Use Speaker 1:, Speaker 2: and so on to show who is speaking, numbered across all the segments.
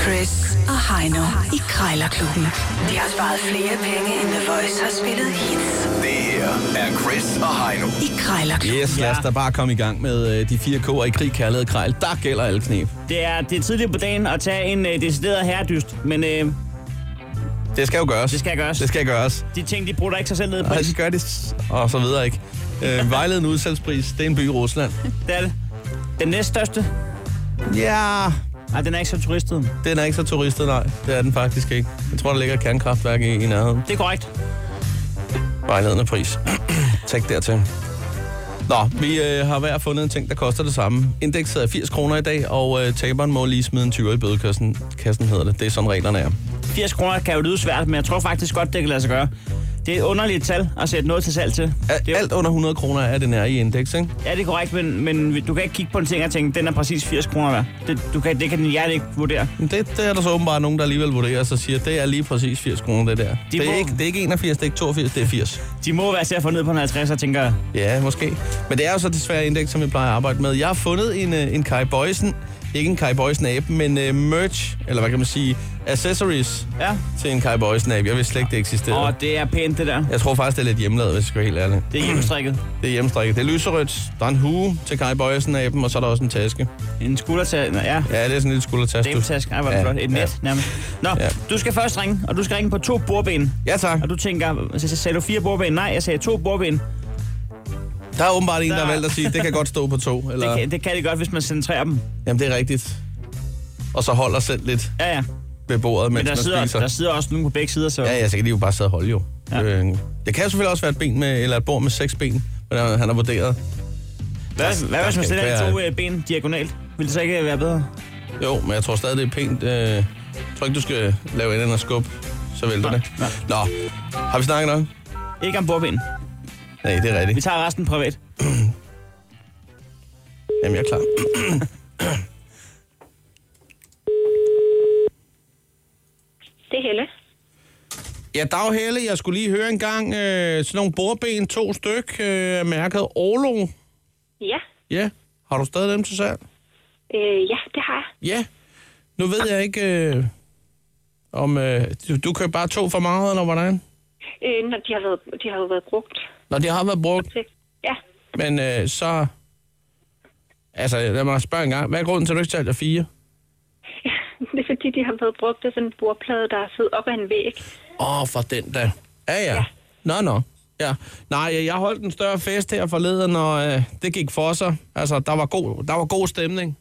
Speaker 1: Chris og Heino i Krejlerklubben. De har sparet flere penge, end The Voice har spillet hits
Speaker 2: Det her er Chris og Heino.
Speaker 1: i Krejlerklubben.
Speaker 3: Yes, lad os da bare komme i gang med øh, de fire K'er i krig, kærlighed, krejl. Der gælder alle knep.
Speaker 4: Det er, det er tidligt på dagen at tage en øh, decideret herredyst, men øh,
Speaker 3: Det skal jo gøres.
Speaker 4: Det skal gøres.
Speaker 3: Det skal gøres.
Speaker 4: de ting, de bruger ikke sig selv ned på.
Speaker 3: Og de gør det, s- og så videre ikke. Øh, vejledende udsalgspris, det er en by i Rusland.
Speaker 4: Det er det. Den næststørste,
Speaker 3: Ja,
Speaker 4: nej, den er ikke så turistet.
Speaker 3: den er ikke så turistet, nej. Det er den faktisk ikke. Jeg tror, der ligger et kernekraftværk i, i nærheden.
Speaker 4: Det er korrekt.
Speaker 3: Vejledende pris. tak dertil. Nå, vi øh, har hver fundet en ting, der koster det samme. Indekset er 80 kroner i dag, og øh, taberen må lige smide en 20 i bødekassen, kassen hedder det. Det er sådan reglerne er.
Speaker 4: 80 kroner kan jo lyde svært, men jeg tror faktisk godt, det kan lade sig gøre. Det er et underligt tal at sætte noget til salg til.
Speaker 3: Al-
Speaker 4: det er,
Speaker 3: alt under 100 kroner er det nær i indeks, ikke?
Speaker 4: ja, det er korrekt, men, men du kan ikke kigge på en ting og tænke, den er præcis 80 kroner værd. Det, du kan, det kan din hjerte ikke vurdere.
Speaker 3: Men Det, det er der så åbenbart nogen, der alligevel vurderer og så siger, det er lige præcis 80 kroner, det der.
Speaker 4: De
Speaker 3: det, er
Speaker 4: må-
Speaker 3: ikke, det er ikke 81, det er ikke 82, det er 80.
Speaker 4: De må være til at få ned på en 50 og tænker,
Speaker 3: Ja, måske. Men det er jo så desværre indeks, som vi plejer at arbejde med. Jeg har fundet en, øh, en Kai Boysen, ikke en Kai Boysen-abe, men uh, merch, eller hvad kan man sige, accessories
Speaker 4: ja,
Speaker 3: til en Kai Boysen-abe. Jeg vidste slet ikke, det eksisterede.
Speaker 4: og det er pænt det der.
Speaker 3: Jeg tror faktisk, det er lidt hjemmelavet, hvis jeg skal være helt ærlig.
Speaker 4: Det er hjemmestrikket.
Speaker 3: Det er hjemmestrikket. Det er lyserødt, der er en hue til Kai Boysen-aben, og så er der også en taske.
Speaker 4: En skuldertag, ja,
Speaker 3: Ja, det er sådan en lille skuldertaske.
Speaker 4: Dametask. Ej, hvor er det
Speaker 3: Ja,
Speaker 4: flot. Et net,
Speaker 3: ja.
Speaker 4: nærmest. Nå,
Speaker 3: Ja.
Speaker 4: du skal først ringe, og du skal ringe på to bordben.
Speaker 3: Ja, tak.
Speaker 4: Og du tænker, så så sagde du fire bordben? Nej, jeg sagde to bordben.
Speaker 3: Der er åbenbart en, der har
Speaker 4: Der-
Speaker 3: valgt at sige, det kan godt stå på to. Eller...
Speaker 4: Det kan, det kan det godt, hvis man centrerer dem.
Speaker 3: Jamen, det er rigtigt. Og så holder selv lidt
Speaker 4: Ja, ja.
Speaker 3: ved bordet, mens
Speaker 4: Men der
Speaker 3: man
Speaker 4: sidder,
Speaker 3: spiser.
Speaker 4: der sidder også nogen på begge sider, så...
Speaker 3: Ja, ja, så kan de jo bare sidde og holde jo. Ja.
Speaker 4: Ja.
Speaker 3: Øh, det kan jo selvfølgelig også være et, ben med, eller et bord med seks ben, men øh, han har vurderet.
Speaker 4: Hvad, hvad
Speaker 3: der
Speaker 4: hvis
Speaker 3: skal
Speaker 4: man stiller
Speaker 3: være-
Speaker 4: de to øh, ben diagonalt? Vil det så ikke være bedre?
Speaker 3: Jo, men jeg tror stadig, det er pænt. Øh, jeg tror ikke, du skal lave en eller skub, så vælter
Speaker 4: Nej,
Speaker 3: det.
Speaker 4: nej.
Speaker 3: Nå, har vi snakket nok?
Speaker 4: Ikke om bordben.
Speaker 3: Nej, det er
Speaker 4: Vi
Speaker 3: rigtigt.
Speaker 4: tager resten privat.
Speaker 3: Jamen, jeg er klar.
Speaker 5: Det er Helle.
Speaker 3: Ja, Dag Helle, jeg skulle lige høre en gang øh, sådan nogle bordben, to styk, øh, mærket Orlo.
Speaker 5: Ja,
Speaker 3: Ja, har du stadig dem til salg?
Speaker 5: øh, ja, det har jeg.
Speaker 3: Ja. Nu ved jeg ikke, øh, om øh, du, du køber bare to for meget, eller hvordan?
Speaker 5: Øh, når de har, været, de har jo været brugt
Speaker 3: Når de har været brugt,
Speaker 5: til. Ja,
Speaker 3: men øh, så... Altså, lad mig spørge en gang. Hvad er grunden til, at du ikke sælger fire?
Speaker 5: det er fordi, de har været brugt af sådan en bordplade, der er siddet op ad en væg.
Speaker 3: Åh, oh, for den da. Ja, ja. Nå, nå. Ja. Nej, jeg holdt en større fest her forleden, og øh, det gik for sig. Altså, der var god, der var god stemning.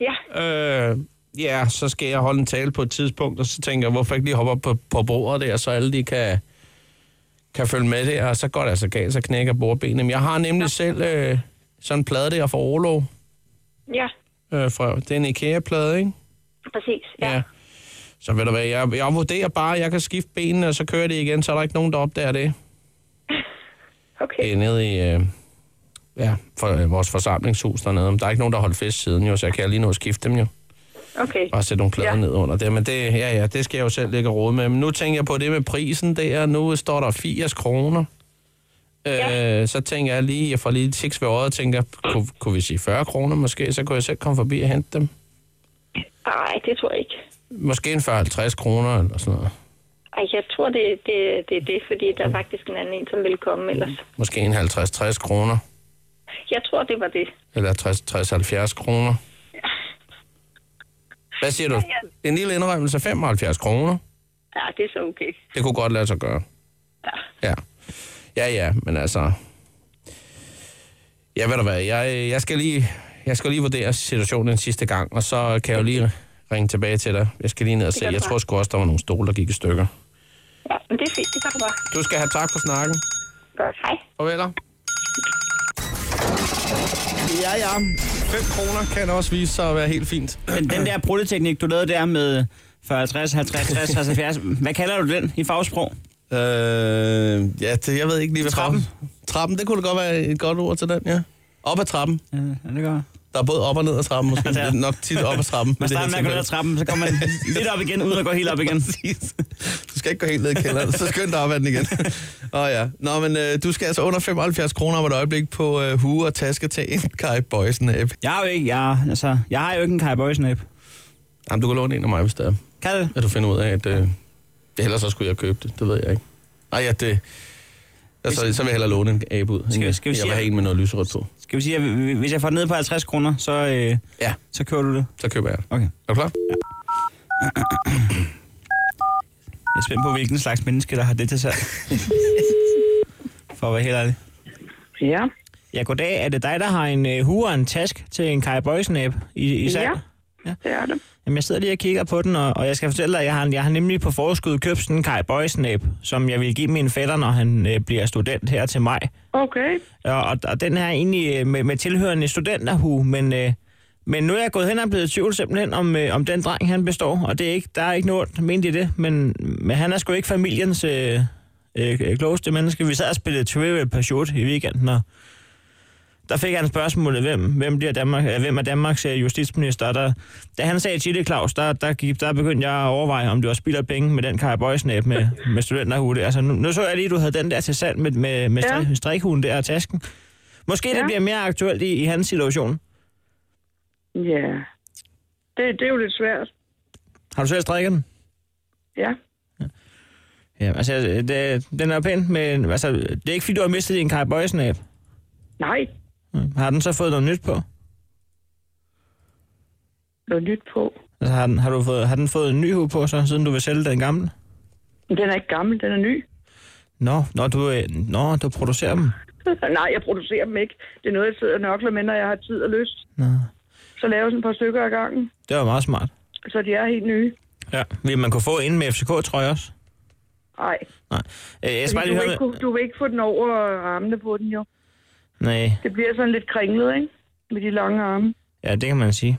Speaker 5: Ja,
Speaker 3: Øh, ja, så skal jeg holde en tale på et tidspunkt, og så tænker jeg, hvorfor ikke lige hoppe op på, på bordet der, så alle de kan, kan følge med der, og så går det altså galt, så knækker bordbenet. Men jeg har nemlig selv øh, sådan en plade der fra Orlov.
Speaker 5: ja,
Speaker 3: Øh, fra, det er en IKEA-plade, ikke?
Speaker 5: præcis. Ja, ja.
Speaker 3: Så ved du hvad, jeg, jeg vurderer bare, at jeg kan skifte benene, og så kører det igen, så er der ikke nogen, der opdager det.
Speaker 5: okay.
Speaker 3: Det er nede i øh, ja, for, øh, vores forsamlingshus dernede. Men der er ikke nogen, der har holdt fest siden jo, så jeg kan lige nå at skifte dem jo.
Speaker 5: Okay.
Speaker 3: Bare sætte nogle plader ja.
Speaker 5: Ja.
Speaker 3: ned under det. Men det, ja, ja, det skal jeg jo selv ligge og råde med. Men nu tænker jeg på det med prisen der. Nu står der 80 kroner. Øh,
Speaker 5: Ja.
Speaker 3: Så tænker jeg lige, jeg får lige et tiks ved øjet og tænker, kunne, kunne vi sige 40 kroner måske? Så kunne jeg selv komme forbi og hente dem.
Speaker 5: Nej, det tror jeg ikke.
Speaker 3: Måske en 40-50 kroner eller sådan noget.
Speaker 5: Ej, jeg tror, det, det, det er det, fordi der er faktisk en anden en, som vil komme ellers.
Speaker 3: Måske en 50-60 kroner.
Speaker 5: Jeg tror, det var det.
Speaker 3: Eller 60-70 kroner. Hvad siger du? En lille indrømmelse, 75 kroner.
Speaker 5: Ja, det er så okay.
Speaker 3: Det kunne godt lade sig gøre. Ja. Ja, ja, men altså... Ja, ved du hvad, jeg, jeg, skal lige, jeg skal lige vurdere situationen en sidste gang, og så kan jeg jo lige ringe tilbage til dig. Jeg skal lige ned og se.
Speaker 5: kan
Speaker 3: Jeg
Speaker 5: du
Speaker 3: tror sgu også, der var nogle stole, der gik i stykker.
Speaker 5: Ja, men det er fint. Det kan du bare.
Speaker 3: Du skal have tak for snakken.
Speaker 5: Godt. Hej.
Speaker 3: Farveler. Ja, ja. 5 kroner kan også vise sig at være helt fint.
Speaker 4: Men den der brulleteknik, du lavede der med 40, 50, 50, 60, 70, hvad kalder du den i fagsprog?
Speaker 3: Øh, ja, det, jeg ved ikke lige, hvad
Speaker 4: Trappen.
Speaker 3: farve- Trappen, det kunne da godt være et godt ord til den, ja. Op ad trappen.
Speaker 4: Ja, det gør jeg.
Speaker 3: Der er både op og ned ad trappen, måske.
Speaker 4: Ja,
Speaker 3: Det
Speaker 4: der.
Speaker 3: er nok tit op ad trappen.
Speaker 4: Man
Speaker 3: i det her
Speaker 4: starter med at gå ned ad
Speaker 3: tilfælde.
Speaker 4: trappen, så kommer man lidt op igen, uden at gå helt op igen.
Speaker 3: Præcis. Du skal ikke gå helt ned i kælderen, så skynd dig op ad den igen. Åh oh, ja. Nå, men øh, du skal altså under 75 kroner om et øjeblik på øh, hue og taske til en Kai Boysen app.
Speaker 4: Jeg har jo ikke, jeg, altså, jeg har jo ikke en Kai Boysen app.
Speaker 3: Jamen, du kan låne en af mig, hvis det er.
Speaker 6: Kan det?
Speaker 3: At du finder ud af, at... Øh, ellers så skulle jeg købe det, det ved jeg ikke. Nej, at det... Altså, så vil jeg hellere låne en abe ud.
Speaker 6: Skal vi-
Speaker 3: end
Speaker 6: skal vi
Speaker 3: jeg
Speaker 6: sige-
Speaker 3: vil have en med noget lyserødt på.
Speaker 6: Skal vi sige, at hvi- hvis jeg får det ned på 50 kroner, så, øh,
Speaker 3: Ja,
Speaker 6: så kører du det?
Speaker 3: så køber jeg det.
Speaker 6: Okay.
Speaker 3: Er du klar?
Speaker 6: Jeg er spændt på, hvilken slags menneske, der har det til salg. For at være helt ærlig.
Speaker 7: Ja,
Speaker 4: Ja, goddag. Er det dig, der har en øh, hue og en task til en Kai Boysen app i, i salg?
Speaker 7: Ja. det er det.
Speaker 4: Jamen, jeg sidder lige og kigger på den, og, og jeg skal fortælle dig, at jeg har, jeg har nemlig på forskud købt sådan en Kai Boysen app, som jeg vil give min fætter, når han øh, bliver student her til maj.
Speaker 7: Okay,
Speaker 4: Og, Øh, og, og den her er egentlig øh, med, med tilhørende studenterhue, men, øh, men nu er jeg gået hen og blevet i tvivl simpelthen, om, øh, om den dreng, han består. Og det er ikke, der er ikke noget ment i det, men, men han er sgu ikke familiens øh, øh, øh, klogeste menneske. Vi sad og spillede Trivial Pursuit i weekenden, og der fik han spørgsmålet, hvem, hvem, bliver Danmark, øh, hvem er Danmarks øh, justitsminister? Og Der, da han sagde Chile Claus, der, der, gik, der begyndte jeg at overveje, om det var spild af penge med den Kai Bøjsnæb med, med studenterhude. Altså, nu, nu, så jeg lige, at du havde den der til salg med, med, med
Speaker 7: Ja.
Speaker 4: ja. strikhunden der og tasken. Måske ja. det
Speaker 7: Ja.
Speaker 4: bliver mere aktuelt i, i hans situation.
Speaker 7: ja. Det, det er jo lidt svært.
Speaker 4: Har du selv strikket den?
Speaker 7: Ja,
Speaker 4: Ja, altså, øh, det, den er jo pæn, men altså, det er ikke fordi, du har mistet din Kai Bøjsnæb.
Speaker 7: nej,
Speaker 4: Har den så fået noget nyt på?
Speaker 7: noget nyt på.
Speaker 4: Altså, har, den, har, du fået, har den fået en ny hue på, så, siden du vil sælge den gamle?
Speaker 7: Men Den er ikke gammel, den er ny.
Speaker 4: Nå, når du, øh, nå, du producerer dem.
Speaker 7: nej, jeg producerer dem ikke. Det er noget, jeg sidder og nørkler med, når jeg har tid og lyst.
Speaker 4: Nå,
Speaker 7: Så laver jeg sådan et par stykker ad gangen,
Speaker 4: det var meget smart.
Speaker 7: så de er helt nye.
Speaker 4: Ja. Vil man kunne få en med FCK, tror jeg også?
Speaker 7: Nej,
Speaker 4: Nej. Øh, jeg skal bare
Speaker 7: du,
Speaker 4: lige
Speaker 7: vil
Speaker 4: høre...
Speaker 7: ikke, kunne- du vil ikke få den over armene på den jo.
Speaker 4: Nej,
Speaker 7: Det bliver sådan lidt kringlet, ikke? Med de lange arme.
Speaker 4: ja, det kan man sige.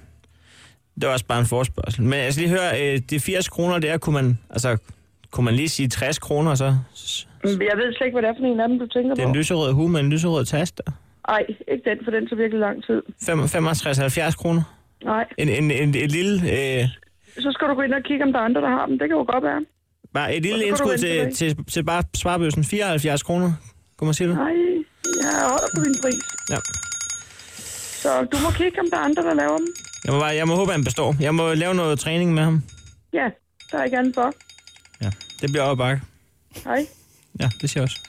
Speaker 4: Det var også bare en forspørgsel. Men jeg skal lige høre, øh, de 80 kroner der, kunne man, altså, kunne man lige sige 60 kroner, så
Speaker 7: Men Jeg ved slet ikke, hvad det er for en af dem, du tænker
Speaker 4: den
Speaker 7: på.
Speaker 4: lyserøde hue med en lyserød taske der.
Speaker 7: Nej, ikke den, for den tager virkelig lang tid.
Speaker 4: Fem- 65-70 kroner.
Speaker 7: Nej,
Speaker 4: En, en, en, en lille, øh,
Speaker 7: så skal du gå ind og kigge, om der er andre, der har dem. Det kan jo godt være.
Speaker 4: bare et lille
Speaker 7: Og så kan du
Speaker 4: indskud til,
Speaker 7: vente
Speaker 4: til, til bare sparebøssen. 74 kroner, kunne man sige det?
Speaker 7: Nej, jeg holder på min pris.
Speaker 4: Ja.
Speaker 7: Så du må kigge, om der er andre, der laver dem.
Speaker 4: Jeg må, bare, jeg må håbe, at han består. Jeg må lave noget træning med ham.
Speaker 7: Ja, der er ikke andet for.
Speaker 4: Ja, det bliver op ad bakke.
Speaker 7: Hej.
Speaker 4: Ja, det siger jeg også.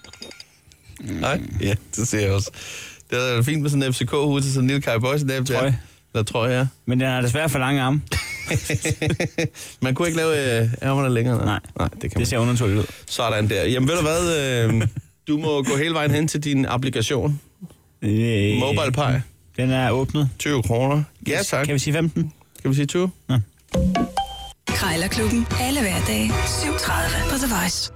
Speaker 3: Nej, ja, det ser jeg også. Det er fint med sådan en FCK-hud til sådan en lille Kai Boysen abe der.
Speaker 6: Trøje.
Speaker 3: Der tror jeg, ja.
Speaker 6: Men den har desværre for lange arme.
Speaker 3: Man kunne ikke lave øh, ærmerne længere.
Speaker 6: Nej.
Speaker 3: Nej, det kan man
Speaker 6: Det ser undertåligt ud.
Speaker 3: ikke. Sådan der. Jamen ved du hvad, øh, du må gå hele vejen hen til din applikation.
Speaker 6: Øh,
Speaker 3: Mobile Pie.
Speaker 6: Den er åbnet.
Speaker 3: 20 kroner. Ja tak.
Speaker 6: Kan vi sige 15?
Speaker 3: Kan vi sige 20?
Speaker 1: Krejlerklubben. Alle hverdage. 7.30 på The Voice.